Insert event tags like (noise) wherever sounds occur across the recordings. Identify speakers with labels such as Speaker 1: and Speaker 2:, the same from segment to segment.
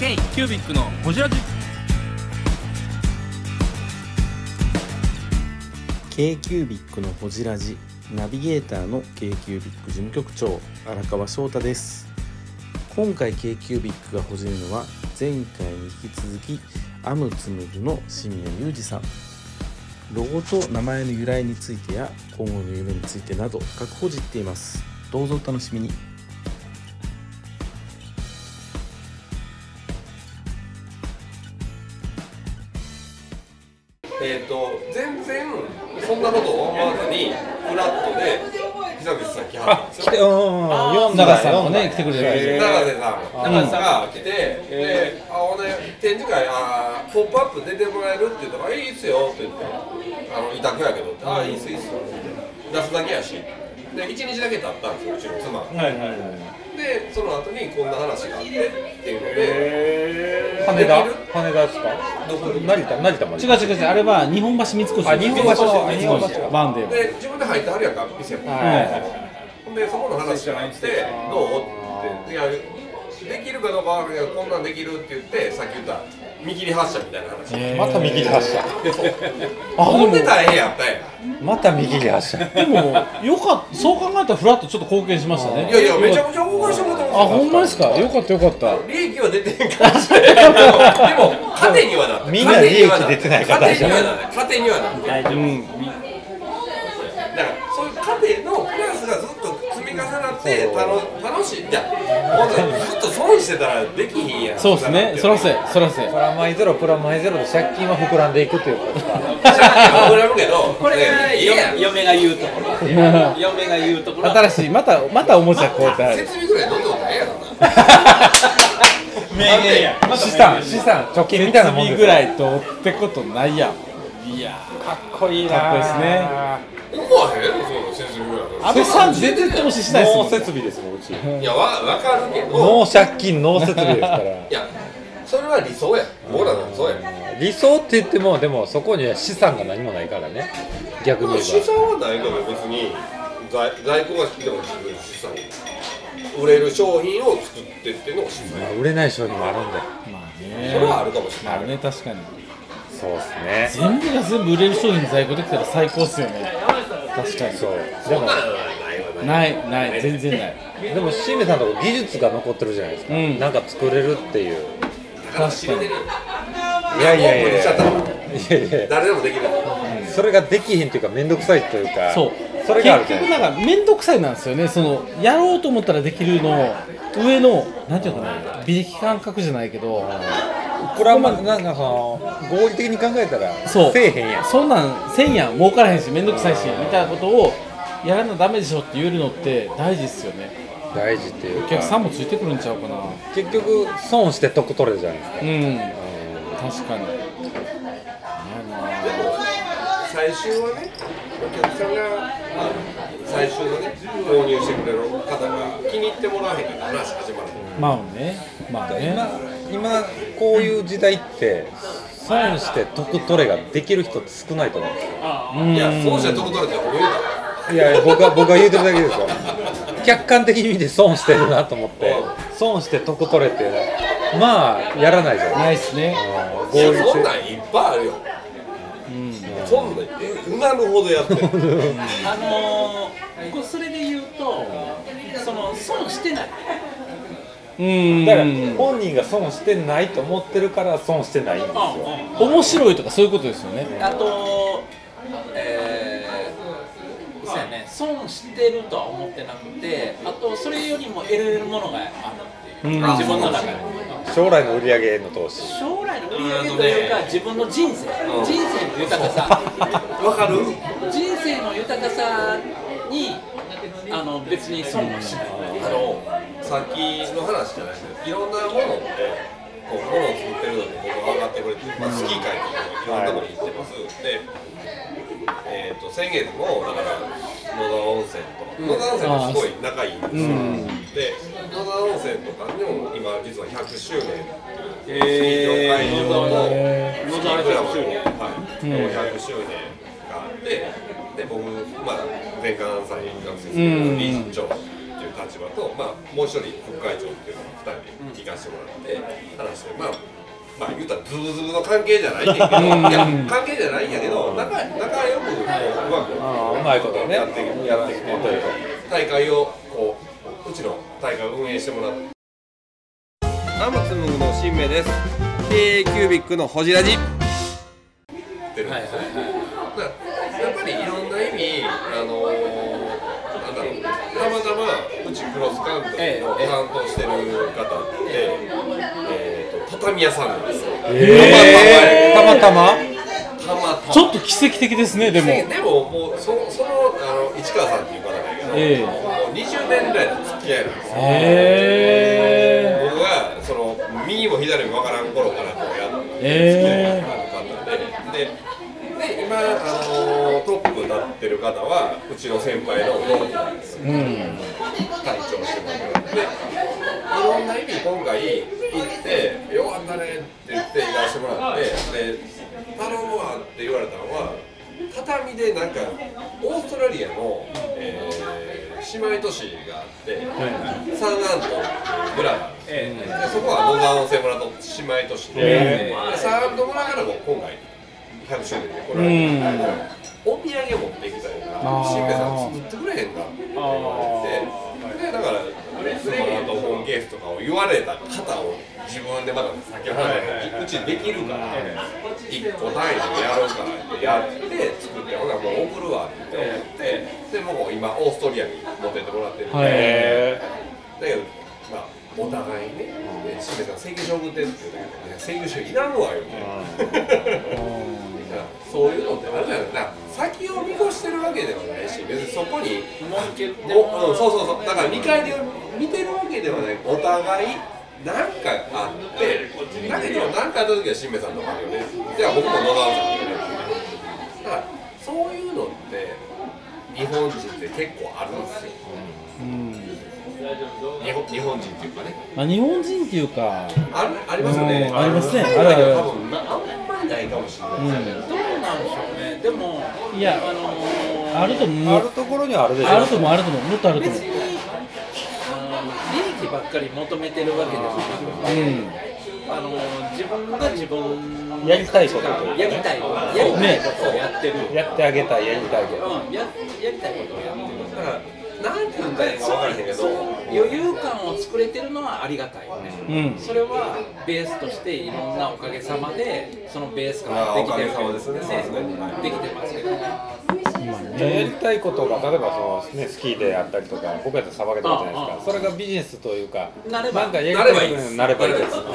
Speaker 1: イキュービックのホジラジ
Speaker 2: 京急ビックのほじラジナビゲーターの京急ビック事務局長荒川翔太です今回京急ビックがほじるのは前回に引き続きアムツムルの清宮裕二さんロゴと名前の由来についてや今後の夢についてなど深くほじっていますどうぞお楽しみに
Speaker 3: えー、と全然そんなこと思わずにフラットで久々さん来はったんですよ
Speaker 2: 読
Speaker 4: んだ長瀬さんもね来てくれて
Speaker 3: 永
Speaker 4: る
Speaker 3: 瀬さん永瀬さんが来てであほんで展示会あー「ポップアップ出てもらえるって言ったから「いいっすよ」って言って「あの委託やけど」って「あーいいっすいいっす」って出すだけやしで1日だけ経ったんですようちの妻が
Speaker 4: はいはいはい
Speaker 3: でその後にこんな話があってっていうので
Speaker 4: 羽田羽田ですか
Speaker 3: どこに
Speaker 4: 成田成田まで
Speaker 5: 違う違う違う、あれは日本橋三越。
Speaker 4: あ日本橋
Speaker 3: そう
Speaker 4: 日本橋
Speaker 5: バンデー
Speaker 3: で自分で入ってはるやんか店も。ほんでそこの話があって「どう?」って「いやできるかどうかは分からんけどこんなんできる」って言ってさっき言った見切り発車みたいな話、
Speaker 4: また右で発車あ
Speaker 3: 思って
Speaker 4: で
Speaker 3: たらええやったんや
Speaker 4: もまた右で発車
Speaker 5: でも、よかった、そう考えたら、フラットちょっと貢献しましたね。
Speaker 3: いやいやめちゃくちゃ動かしてもらって
Speaker 4: あ
Speaker 3: ます
Speaker 4: ほんまですかよかったよかった
Speaker 3: 利益は出てへんかもしれんけどでも糧にはなって
Speaker 4: みんな利益出てないから
Speaker 3: 糧
Speaker 4: 大
Speaker 3: に
Speaker 4: 丈夫
Speaker 3: はなって糧にはなって
Speaker 5: 大丈夫。
Speaker 3: だからそういう糧のプラスがずっと積み重なって楽楽しいいやほんとにずっと損してたらできひんやん
Speaker 5: そうですね、そらせ、そらせ。
Speaker 4: プラマイゼロプラマイゼロで借金は膨らんでいくというか
Speaker 3: 知らんけど膨らむけどこれがいいやん
Speaker 1: 嫁が言うところ嫁が言うところ
Speaker 4: 新しいまたまたおもちゃ交代
Speaker 3: 設備ぐらいどんどんないやろな。
Speaker 5: 名言や。
Speaker 4: 資産資産貯金みたいなもんです
Speaker 5: ぐらいとってことないやん。いやかっこいいな。かっこいいですね。
Speaker 3: 思わへんその設備ぐら
Speaker 5: 安倍さん、全然投資しないですもん。
Speaker 4: 設備ですもんうち
Speaker 3: い。いやわわかるけど。
Speaker 4: ノー借金ノー設備ですから
Speaker 3: いやそれは理想や。僕らなんかそうや。
Speaker 4: 理想って言ってもでもそこには資産が何もないからね逆に言
Speaker 3: 資
Speaker 4: えば
Speaker 3: 産はないから別に在在庫が好きでも自分の資産。売れる商品を作ってってのが資産。
Speaker 4: まあ売れない商品もあるんで
Speaker 5: まあ
Speaker 3: それはあ
Speaker 5: ね。
Speaker 3: るかもしれ
Speaker 5: ま
Speaker 3: な
Speaker 5: あ
Speaker 3: い。
Speaker 5: ね、確かに。
Speaker 4: そうですね
Speaker 5: 全部が全部売れる商品在庫できたら最高っすよね。確かに。
Speaker 4: そうで
Speaker 3: そん
Speaker 4: も
Speaker 3: なんはないわない。
Speaker 5: ない、ない、全然ない。
Speaker 4: でも清水さんのとこ技術が残ってるじゃないですか、
Speaker 5: うん
Speaker 4: なんか作れるっていう
Speaker 3: だから知れてる。
Speaker 4: いやいやい
Speaker 3: オープン
Speaker 4: や
Speaker 3: にし
Speaker 4: い
Speaker 3: ちゃったら
Speaker 4: やいや
Speaker 3: 誰でもできる。
Speaker 4: それができひんというか面倒くさいというか
Speaker 5: そう
Speaker 4: それがあるじゃ
Speaker 5: 結
Speaker 4: ない
Speaker 5: 局なんか面倒くさいなんですよねそのやろうと思ったらできるの上のなんていうのかな美力感覚じゃないけど
Speaker 4: これはまあなんかその合理的に考えたら
Speaker 5: そう
Speaker 4: せえへんやん
Speaker 5: そんなんせんやん儲からへんし面倒くさいしみたいなことをやらなダメでしょって言えるのって大事っすよね
Speaker 4: 大事っていう
Speaker 5: お
Speaker 4: か
Speaker 5: 客さんもついてくるんちゃうかな
Speaker 4: 結局損して得取れるじゃないです
Speaker 5: うん確
Speaker 4: か
Speaker 5: かに
Speaker 3: でも最終はねお客さんが、まあ、最終のね購入してくれる方が気に入ってもらわへんから話始まる、
Speaker 5: まあねまあね
Speaker 4: 今今こういう時代って損して得取れができる人って少ないと思うんですよ
Speaker 5: うん
Speaker 3: いやそうしたらとこ取れて俺言うた
Speaker 4: いやいや僕は僕は言うてるだけですよ客観的に見て損してるなと思って損して得取れってまあやらないじゃない
Speaker 5: ないっすね
Speaker 4: 合
Speaker 3: い
Speaker 4: 理
Speaker 3: や
Speaker 4: 性
Speaker 3: そんなんいっぱいあるよ、そんなんえうなるほどやってる
Speaker 1: あのー、こうそれで言うとその損してない
Speaker 5: うん
Speaker 4: だから本人が損してないと思ってるから損してないんですよ
Speaker 5: 面白いとかそういうことですよね
Speaker 1: あとえー、そうやね損してるとは思ってなくてあとそれよりも得れるものがあるっていう、
Speaker 5: うん
Speaker 1: 自分の中で
Speaker 4: 将来の売り上げへの投資
Speaker 1: 将来の売り上げというか自分の人生、
Speaker 3: うん
Speaker 1: 人生の豊かさ
Speaker 3: わかる
Speaker 1: 人生の豊かさにあの別に損はしない
Speaker 3: あのさっきの話じゃないけどいろんなものってこうものを作ってるのって僕は分かってくれて、まあ、スキー会とかいろんなところに行ってます、で、えー、と先月もだから野沢温泉とか、野沢温泉もすごい仲いいんですよ、で野沢温泉とかでも今実は100周年っていうスキー場会場のスキークラブの、はい100周年があってで僕、まあ、前回何歳学生ですけど理事長っていう立立場と、まあ、もう一人副会長っていうのを2人で聞かせてもらって話して、まあ、まあ言うたらズブズブの関係じゃないねんけどいや関係じゃないんやけど仲仲良くこううまく
Speaker 4: あーうまいことね
Speaker 3: やってやってきてというか大会をこううちの大会を運営してもらって。アムツムグの新名です。K キュービックのホジラジ。ってるんですよ。だからやっぱりいろんな意味あのー、なんだろう。たまたまうちクロスカントリーの担当してる方って、えーと畳屋さんなんですよ。
Speaker 4: えーたまたま
Speaker 3: たまたま。
Speaker 5: ちょっと奇跡的ですねでも
Speaker 3: でももうそそのあの市川さんっていう方がいるけど、
Speaker 5: ええ
Speaker 3: もう20年ぐらいの付き合いなんですよ。
Speaker 5: え
Speaker 3: 僕がその右も左も分からん頃からこうやって付き合
Speaker 5: え
Speaker 3: いが長かったんで、でで今あのトップになってる方はうちの先輩の同期なんですよ。隊長してもらってでいろんな意味今回行って「よかったね」って言って行かせてもらってで「頼むわ」って言われたのは畳でなんかオーストラリアの、えー姉妹都市があって、サンアントっていう村があるんですよ、でそこは野沢温泉村と姉妹都市で,、でサンアント村からも今回100周年で来られて、お土産持ってきたりな新兵衛さん作ってくれへんかって言われてでだからその後ホームゲースとかを言われた方を自分でまだ先ほどうちできるから1個単位でやろうからってやって作ってほらもう送るわって言ってでもう今オーストリアに持ってってもらってるんで、だけどまあお互いね、で新兵衛さん請求書送ってって言うけど、ね、請求書いらんわよみたいな。そういうのってあるじゃないですか先を見越してるわけではないし別にそこにおうん、そうそうそうだから見返りを見てるわけではないお互い何かあってだけど何かあった時はしんべさんとかあるよねじゃあ僕も野沢さんとかねだからそういうのって日本人って結構あるんですよ、日本日本人っていうかね
Speaker 5: まあ、日本人っていうか
Speaker 3: あるありますよね
Speaker 5: うんありますね
Speaker 3: 海外では
Speaker 5: あるある
Speaker 3: 多分なあんまりないかもしれない、
Speaker 1: どうなんでしょうねでも
Speaker 5: いや
Speaker 1: あのー
Speaker 5: あると思
Speaker 4: あ
Speaker 5: う
Speaker 4: るところにはあるでしょ
Speaker 5: あると思うあると思うもっとあると思う
Speaker 1: 別にあの利益ばっかり求めてるわけでもなく
Speaker 5: う
Speaker 1: あのー自分が自分
Speaker 4: やりたいことというかね
Speaker 1: やりたいことやりたいことをやってる、
Speaker 4: やってあげたいやりたいけど
Speaker 1: うん、ややりたいことをやってる
Speaker 3: だから何て言うんだか分からへんけ
Speaker 1: そう
Speaker 3: ど
Speaker 1: 余裕感を作れてるのはありがたいよね、
Speaker 5: んうん
Speaker 1: それはベースとしていろんなおかげさまでそのベースから
Speaker 3: あー
Speaker 1: できてる
Speaker 3: おかげさまですねそうですねはい
Speaker 1: できてますけどね
Speaker 4: やりたいことが例えばその、ね、スキーであったりとか僕やったらさばけたことじゃないですかそれがビジネスというか
Speaker 1: なれば
Speaker 4: んかやり
Speaker 3: な
Speaker 4: た
Speaker 3: れ
Speaker 4: い
Speaker 3: ば
Speaker 4: こと
Speaker 3: いいです
Speaker 4: になればいいです
Speaker 3: はい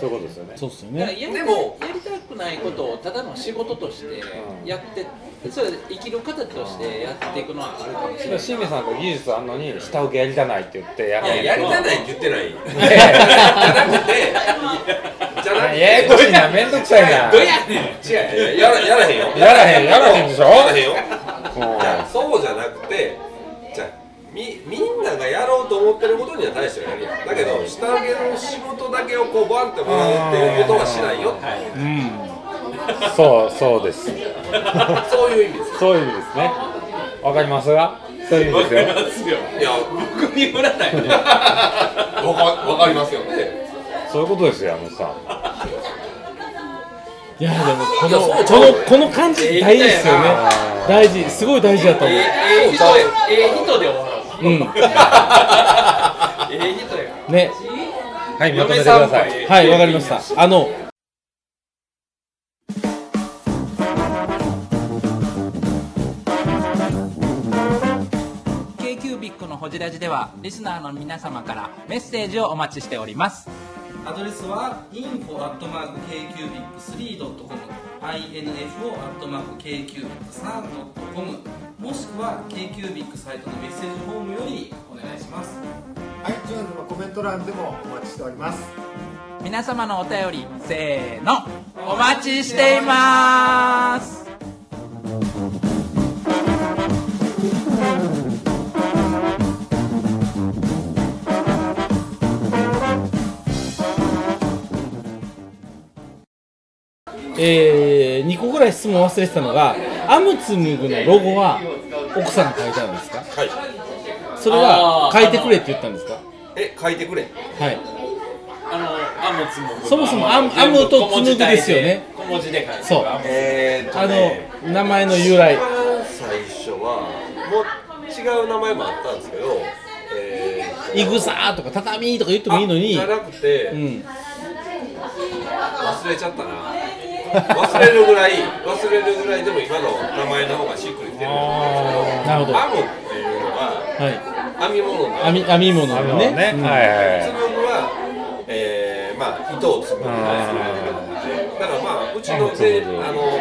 Speaker 4: そういうことですよね
Speaker 5: そうっすよ
Speaker 1: だから
Speaker 5: ね
Speaker 1: やりた
Speaker 3: で
Speaker 1: い
Speaker 3: も
Speaker 1: やりたくないことをただの仕事としてやって、それ生きる方としてやっていくのはあるかもしれない
Speaker 4: しめさんが技術あんのに下請けやりたないって言ってや
Speaker 3: いや、やりたないって言ってない。じゃなくて、じゃなくて、
Speaker 4: ややこしいなめんどくさいな
Speaker 3: どやねん。違う、やらやらへんよ。
Speaker 4: やらへんやらへんでしょ
Speaker 3: やらへんよ。
Speaker 4: もう
Speaker 3: じゃあそうじゃなくて、じゃあみみんながやろうと思ってることには大してやるやん。だけど、下請けの仕事だけをこうバンってもらうっていうことはしないよ。
Speaker 4: そうそうです
Speaker 3: そういう意味です。
Speaker 4: そういう意味ですねわかりますがそういう意味ですよ
Speaker 3: いや、僕に振らない。わかわかりますよね。
Speaker 4: そういうことですよ山本さん
Speaker 5: いやでもこ
Speaker 3: いや
Speaker 5: の
Speaker 3: そうち
Speaker 5: こ
Speaker 3: ゃう
Speaker 5: のこの感じ大事ですよね大事すごい大事だと思う
Speaker 1: ええ人でええ人で終わろう
Speaker 5: うん
Speaker 1: ええ人や
Speaker 5: ね
Speaker 4: はいまとめてください
Speaker 5: はいわかりましたあの
Speaker 6: 「k q b i c のほじラジ」ではリスナーの皆様からメッセージをお待ちしております
Speaker 7: アドレスは info.kcubic3.com info.kcubic3.com もしくは KQBIC サイトのメッセージフォームよりお願いします
Speaker 8: iTunes のコメント欄でもお待ちしております
Speaker 6: 皆様のお便りせーのお待ちしています
Speaker 5: えー、2個ぐらい質問忘れてたのがアムツムグのロゴは奥さんが書いてあるんですか
Speaker 3: はい。
Speaker 5: それは
Speaker 1: あー
Speaker 5: 書いてくれって言ったんですか
Speaker 3: え書いてくれ
Speaker 5: はい
Speaker 1: あのアムツも
Speaker 5: そもそもアム
Speaker 1: 全部
Speaker 5: アムと紡ぐですよね
Speaker 1: 小文字で書いて
Speaker 5: そう
Speaker 1: アム
Speaker 3: えーっ
Speaker 5: あ
Speaker 3: とね
Speaker 5: の名前の由来
Speaker 3: 一番最初はもう違う名前もあったんですけどえーっ
Speaker 5: 「
Speaker 3: と
Speaker 5: いぐさ」とか「畳」とか言ってもいいのに
Speaker 3: あじゃなくて、
Speaker 5: うん
Speaker 3: 忘れちゃったな忘れるぐらい忘れるぐらいでも今の名前の方がしっくりきてるんですけど
Speaker 5: なるほど
Speaker 3: アムっていうのは
Speaker 5: は
Speaker 3: 編み物
Speaker 5: い編み
Speaker 3: の
Speaker 5: 編み物のね
Speaker 4: ね、
Speaker 5: うん
Speaker 4: はいはいは
Speaker 3: つ
Speaker 4: い
Speaker 3: むぐは、えー、まあ糸をつむぐだからまあうちのぜあの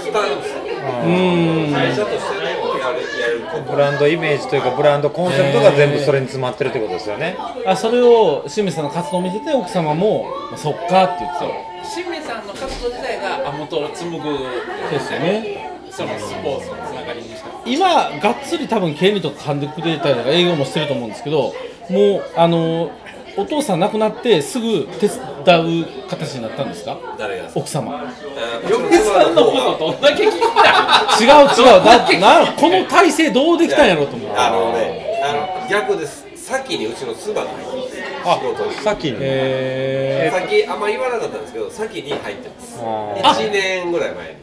Speaker 3: スタンス
Speaker 5: うん
Speaker 3: 会社としてねやるやること
Speaker 4: ブランドイメージというかブランドコンセプトが全部それに詰まってるってことですよね、
Speaker 5: あそれを清水さんの活動を見てて奥様も「そっか」って言ってたわ
Speaker 1: 新明さんの活動自体がアムと紡ぐ
Speaker 5: けですよね
Speaker 1: そのスポーツのつながりにした
Speaker 5: 今がっつり多分経理とか噛んでくれたりとか営業もしてると思うんですけどもうあのお父さん亡くなってすぐ手伝う形になったんですか
Speaker 3: 誰がですか
Speaker 5: 奥様
Speaker 3: 嫁さんの方が
Speaker 1: どんだけ聞きたい
Speaker 5: 違う違
Speaker 3: (laughs)
Speaker 5: うななこの体制どうできたんやろうと思う
Speaker 3: あのねあの逆です先にうちの妻が入ってます
Speaker 4: あ
Speaker 3: 仕事に
Speaker 4: さっきに
Speaker 5: え
Speaker 3: 先あんま言わなかったんですけど先に入ってます
Speaker 4: あ
Speaker 3: 1年ぐらい前に
Speaker 5: ー、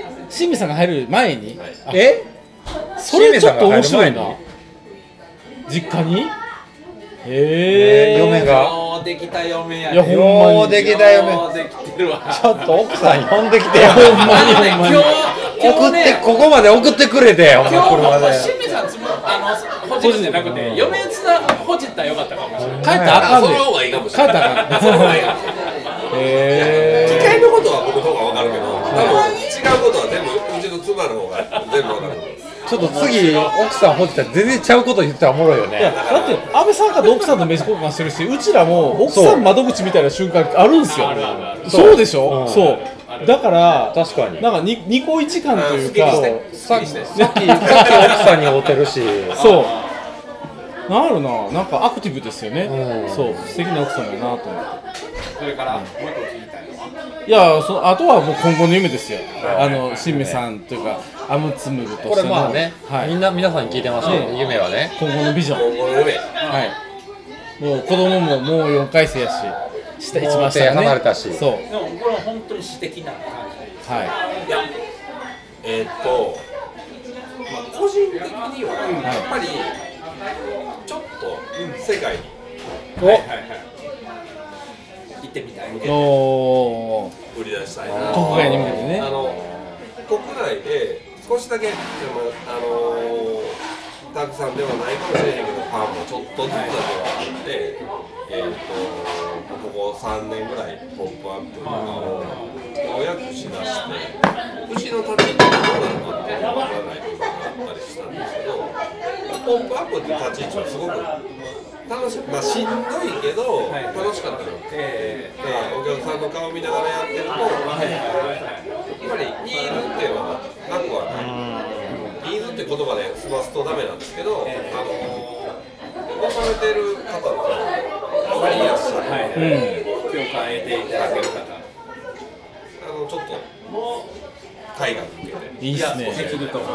Speaker 5: え清水さんが入る前に、
Speaker 3: はい
Speaker 5: あ
Speaker 4: え
Speaker 5: それちょっと面白い
Speaker 4: 清水さんが
Speaker 5: な
Speaker 4: 入
Speaker 5: 実家にえ
Speaker 4: えー嫁が
Speaker 1: ようできた嫁や
Speaker 5: いやほんまに
Speaker 4: ようできた嫁
Speaker 1: ようできてるわ
Speaker 4: ちょっと奥さん呼んできてよ
Speaker 5: ほんまにほん
Speaker 1: 今
Speaker 5: まに
Speaker 1: 日
Speaker 4: 送
Speaker 1: 今日
Speaker 4: っ
Speaker 1: ね
Speaker 4: てここまで送ってくれてほん
Speaker 1: 今
Speaker 4: ま
Speaker 1: 日
Speaker 4: 車
Speaker 1: も
Speaker 4: で
Speaker 1: 清水さんつもあのほじるんじゃなくて嫁つなほじったらよかったかもしれない
Speaker 5: 帰ったらあかん
Speaker 3: そ
Speaker 5: ね
Speaker 3: の
Speaker 5: ん
Speaker 3: 方がいいかもし
Speaker 5: 帰
Speaker 3: れ
Speaker 5: った
Speaker 3: ない
Speaker 5: らあかん
Speaker 3: その方がいいかもしれない
Speaker 5: え
Speaker 3: 機械のことは僕の方が分かるけど多分違うことは全部うちの妻の方が全部分かる
Speaker 4: ちょっと次奥さんほってたら全然ちゃうこと言ってたらおもろいよ
Speaker 5: いや
Speaker 4: ね
Speaker 5: だって安倍さんかと奥さんと飯交換してるしうちらも奥さん窓口みたいな瞬間あるんですよそうでしょ、
Speaker 4: うん
Speaker 5: そうだから
Speaker 4: 確かに
Speaker 5: なんかに二個一感という
Speaker 3: あ
Speaker 5: か
Speaker 3: 好きにして
Speaker 4: さっき
Speaker 3: そうです
Speaker 4: さっきさっき奥さんに会うてるし
Speaker 5: そうなんやろななんかアクティブですよね、
Speaker 4: うん
Speaker 5: そう素敵な奥さんだなと思っ
Speaker 1: それからもう一個聞いたいのは
Speaker 5: ていやそのあとはもう今後の夢ですよ、あの新芽さんというかアムツムルとしての
Speaker 4: これまあね、
Speaker 5: はい、
Speaker 4: みんな皆さんに聞いてますけど、
Speaker 5: うん
Speaker 4: 夢はね
Speaker 5: 今後のビジョン
Speaker 3: 今後の夢
Speaker 5: はいもう子供ももう4回生やし下一番下が
Speaker 4: もう手
Speaker 5: ね
Speaker 4: 離れたし
Speaker 5: そう
Speaker 1: でもこれは本当に詩的な感じで
Speaker 5: はい
Speaker 3: えーっと、まあ、個人的にはやっぱりちょっと世界に
Speaker 5: お、
Speaker 1: 行ってみたい
Speaker 5: おー
Speaker 3: 売り出したいな
Speaker 5: 国外に向けてね
Speaker 3: あの国内で少しだけでもあのたくさんではないかもしれないけどファンもちょっとずつだけはあって、えー、とここ3年ぐらい「ポップアップとかをようやくしだしてうちの立ち位置がどうなのかって分からない部分があったりしたんですけど「ポップアップっていう立ち位置はすごく楽しいまあしんどいけど楽しかったの。でお客さんの顔見ながらやってると、やっぱりニーズっていうのはなくはない、ニーズって言葉で済ますとダメなんですけど、あのー、されてる方もたまにいらっしゃる、
Speaker 1: 共感得ていただける方
Speaker 3: あのちょっと海外に向けて、
Speaker 5: いいっすね
Speaker 1: できると思う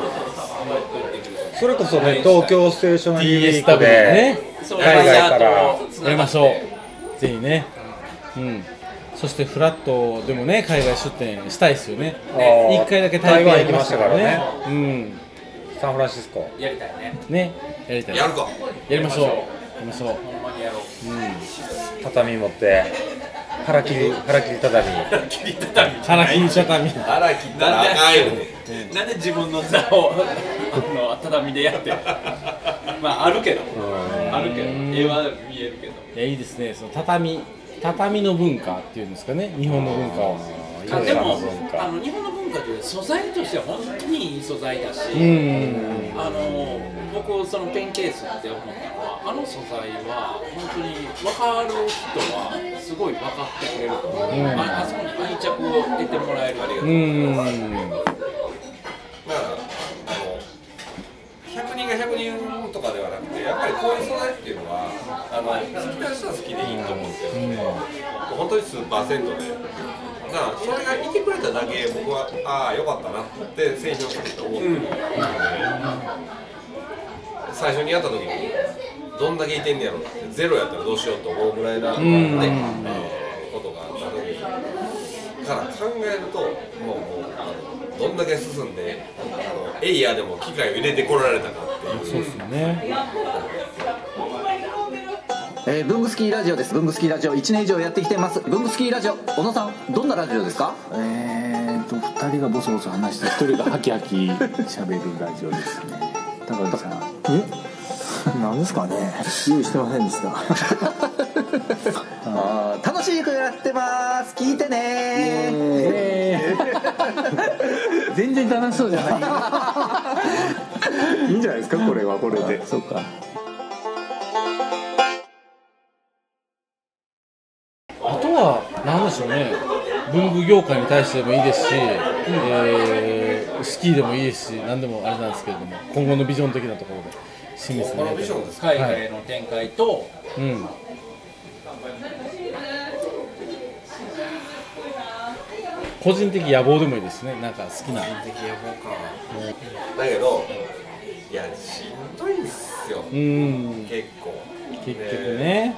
Speaker 4: それこそね東京ステーショナリーウィー
Speaker 5: DSW
Speaker 4: クで
Speaker 5: ね
Speaker 1: そう
Speaker 4: 海外から
Speaker 5: やりましょうぜひねうんそしてフラットでもね海外出店したいですよね
Speaker 4: ね
Speaker 5: 一回だけ台湾行きましたから
Speaker 4: 台
Speaker 5: ね
Speaker 4: 湾サンフランシスコ
Speaker 1: やりたいね
Speaker 5: うんねやりたい
Speaker 3: や
Speaker 5: や
Speaker 3: るか、
Speaker 5: りましょうやりましょう
Speaker 1: ほんまにやろう
Speaker 4: 畳持って腹切り腹切り畳
Speaker 1: 切り畳み
Speaker 5: 花金畳
Speaker 3: あら、切ったらあかんよね、
Speaker 1: (laughs) なんで自分の座をあの畳でやってるまああるけどあるけど絵は見えるけど
Speaker 5: いやいいですねその畳畳の文化っていうんですかね日本の文化を
Speaker 1: あでも
Speaker 4: 文
Speaker 1: あ
Speaker 4: 化
Speaker 1: の日本の文化という素材としては本当にいい素材だし、
Speaker 5: うん
Speaker 1: あの僕そのペンケースって思ったのはあの素材は本当に分かる人はすごい分かってくれると思う、ああそこに愛着を得てもらえるありが
Speaker 5: う
Speaker 1: とう、
Speaker 5: ん
Speaker 3: だから、あの100人が100人とかではなくて、やっぱりこういう素材っていうのは、あの好きな人は好きでいいと思うんですよ。本当に数パーセントで。だからそれがいてくれただけ僕はああよかったなって成長すると思う、最初にやった時にどんだけいてんねやろうってゼロやったらどうしようと思うぐらいな、
Speaker 5: ん
Speaker 3: ねえーことがあった時から考えるともうもうあのどんだけ進んであのエイヤーでも機械を入れてこられたかっていう
Speaker 5: そうですよね
Speaker 9: えー、ブングスキーラジオですブングスキーラジオ1年以上やってきてますブングスキーラジオ小野さんどんなラジオですかえーと2人がボソボソ話して1人がハキハキ喋るラジオですね高橋さんえなんですかね用意してませんでした (laughs) あー楽しい曲やってます聞いてね全然楽しそうじゃ (laughs) ないいいんじゃないですかこれはこれでそうか
Speaker 5: あとは何でしょうね文具業界に対してでもいいですし、えースキーでもいいですし何でもあれなんですけれども今後のビジョン的なところで清水
Speaker 3: このビジョンですか
Speaker 5: は
Speaker 1: 海
Speaker 5: い
Speaker 1: 外への展開と、
Speaker 5: うん個人的野望でもいいですねなんか好きな
Speaker 3: だけどいやしんどいんですよ
Speaker 5: うん
Speaker 3: 結構
Speaker 5: 結局ね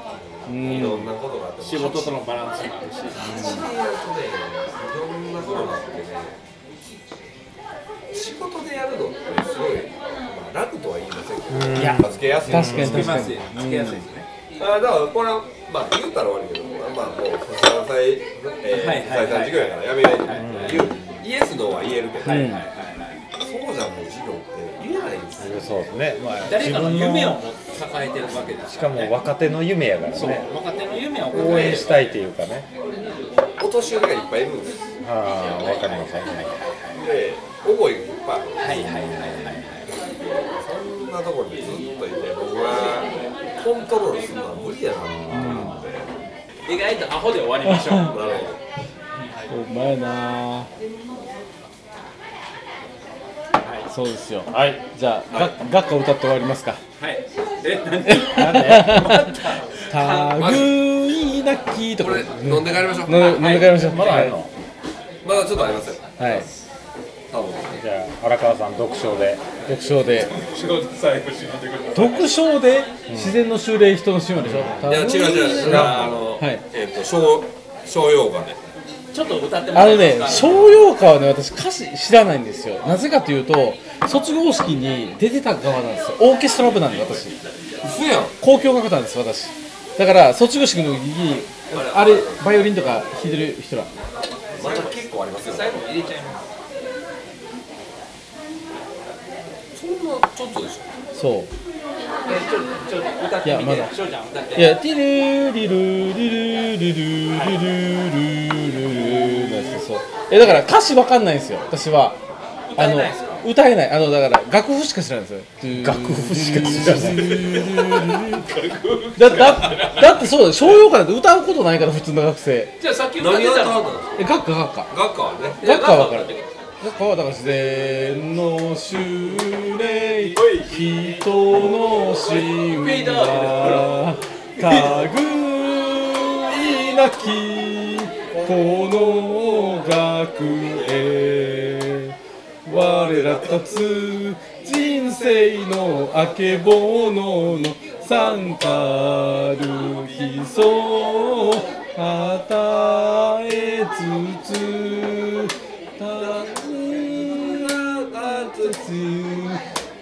Speaker 5: う
Speaker 3: いろ
Speaker 5: ん
Speaker 3: んなことがあって
Speaker 1: 仕事とのバランスもあるし、
Speaker 3: いろんなことがあってね仕事でやるのってすごい、まあ、楽とは言いませんけど、やっぱつけやすい
Speaker 5: 確かに
Speaker 1: つけ
Speaker 5: 確か
Speaker 1: ま
Speaker 5: に
Speaker 1: すよ、つけやすいですね。
Speaker 3: あだからこれはまあ言うたら悪いけどまあもう再三、えー
Speaker 1: はいはいはい
Speaker 3: 再三事業やからやめないっていう、イエスノーは言えるけど、
Speaker 5: うん
Speaker 3: そうじゃもう事業って言えないんですよ
Speaker 4: そうですね、まあ、
Speaker 1: 誰かの夢を
Speaker 4: 自分の
Speaker 1: 持って抱えてるわけです
Speaker 4: しかも若手の夢やから
Speaker 1: そう
Speaker 4: ね
Speaker 1: 若手の夢を抱えて
Speaker 4: 応援したいっていうかね
Speaker 3: お年寄りがいっぱいいるんですよ
Speaker 4: ああわかります
Speaker 3: で覚えがいっぱいある
Speaker 1: はいはいはいはい
Speaker 3: そんなところにずっといて僕はコントロールするのは無理やなって思って、
Speaker 1: 意外とアホで終わり
Speaker 5: (laughs)
Speaker 1: ましょう
Speaker 3: なるほど
Speaker 5: お前なはいそうですよはいじゃあ、が学歌歌って終わりますか
Speaker 1: はいえ
Speaker 5: なん (laughs) でたぐいなきと
Speaker 3: こ
Speaker 5: か
Speaker 3: れ
Speaker 5: 飲
Speaker 3: 飲んで帰りましょう、
Speaker 5: んで帰りましょうまだあるの
Speaker 3: まだちょっとありますよ
Speaker 5: はい
Speaker 3: 多分
Speaker 4: じゃあ荒川さん独唱で
Speaker 5: 読書で読書で自然の修例人の修練でしょ
Speaker 3: いや違う違う違うあの、
Speaker 5: はい
Speaker 3: えっ、と商商用がね
Speaker 1: ちょっと歌っても
Speaker 5: あ
Speaker 1: ら
Speaker 5: の
Speaker 1: え
Speaker 5: ね
Speaker 1: ま、すか
Speaker 5: 商用歌はね、私歌詞知らないんですよ。なぜかというと、卒業式に出てた側なんですよ。オーケストラ部なんで、私。
Speaker 3: 嘘やん
Speaker 5: 交響楽団です、私。だから、卒業式の時に、あれ、バイオリンとか弾いてる人ら。
Speaker 3: まだ結構ありますよ
Speaker 1: 最後入れちゃいます
Speaker 3: そんなちょっとでし
Speaker 5: そ
Speaker 1: えちょっとちょっと歌ってみ
Speaker 5: いやま
Speaker 1: て
Speaker 5: だ
Speaker 1: 翔ちゃん歌って
Speaker 5: う。いや、ティルーリルーリルーリルーリルーリルーリルーのやつそう。え、だから歌詞わかんないんですよ、私は。あの
Speaker 1: 歌えないんですか、
Speaker 5: 歌えない。あの、だから、楽譜しか知らないんですよ。楽譜しか知らない。だだだってそうだよ商用歌なんて歌うことないから普通の学生
Speaker 1: じゃあさっき
Speaker 3: ょ
Speaker 1: 歌っ
Speaker 3: 何
Speaker 1: て
Speaker 3: を
Speaker 1: た
Speaker 3: 歌
Speaker 1: の
Speaker 3: うんですか
Speaker 5: え学科学科
Speaker 3: 学科はね
Speaker 5: 学科は分かる
Speaker 1: いや
Speaker 5: 学科はだから自然の修練人の神話たぐいなきこの学園我ら立つ人生のあけぼのの三たる基礎を与えつつたがつつ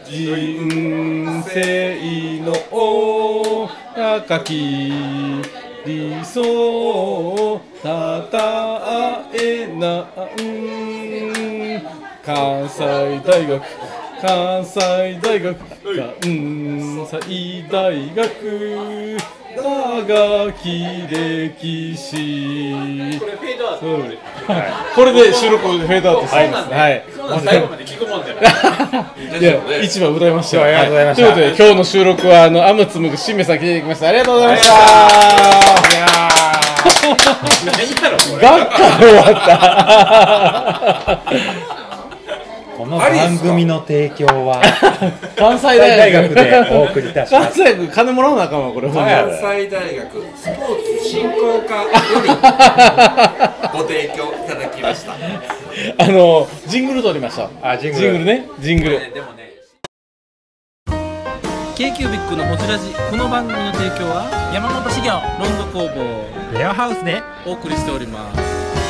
Speaker 5: 人生の高き理想をたたえなん関西大学関西大学関西大学長き歴史
Speaker 1: これフェードアウト
Speaker 5: はいこれで収録フェードアウトし
Speaker 1: そう
Speaker 5: て
Speaker 1: な
Speaker 5: ま
Speaker 1: ん
Speaker 5: す
Speaker 1: だ
Speaker 5: はい
Speaker 1: そうなんだ最後まで聞くもんじゃ (laughs) ない
Speaker 5: いや、一番歌いましたよ。ありがとうございました。ということで、今日の収録は、あの、アムツムグ、シンメさん来ていただきました。ありがとうございました。
Speaker 1: 何やろこれ
Speaker 5: 学科で終わった。
Speaker 4: この番組の提供
Speaker 5: (laughs)
Speaker 4: は
Speaker 5: 関西大
Speaker 4: 大
Speaker 5: 学
Speaker 4: 学でお送りいたしま
Speaker 5: 関西
Speaker 4: す
Speaker 5: 大学、金もらわなあかんわ、これ。ほんま
Speaker 4: はい
Speaker 3: 関西大学スポーツ振興課よりご提供いただきました
Speaker 5: あの、ジングル撮りました。
Speaker 4: あジングル
Speaker 5: ジングルね。ジングル。
Speaker 1: でもね k q b i c のホジラジこの番組の提供は山本資源ロンド工房レアハウスでお送りしております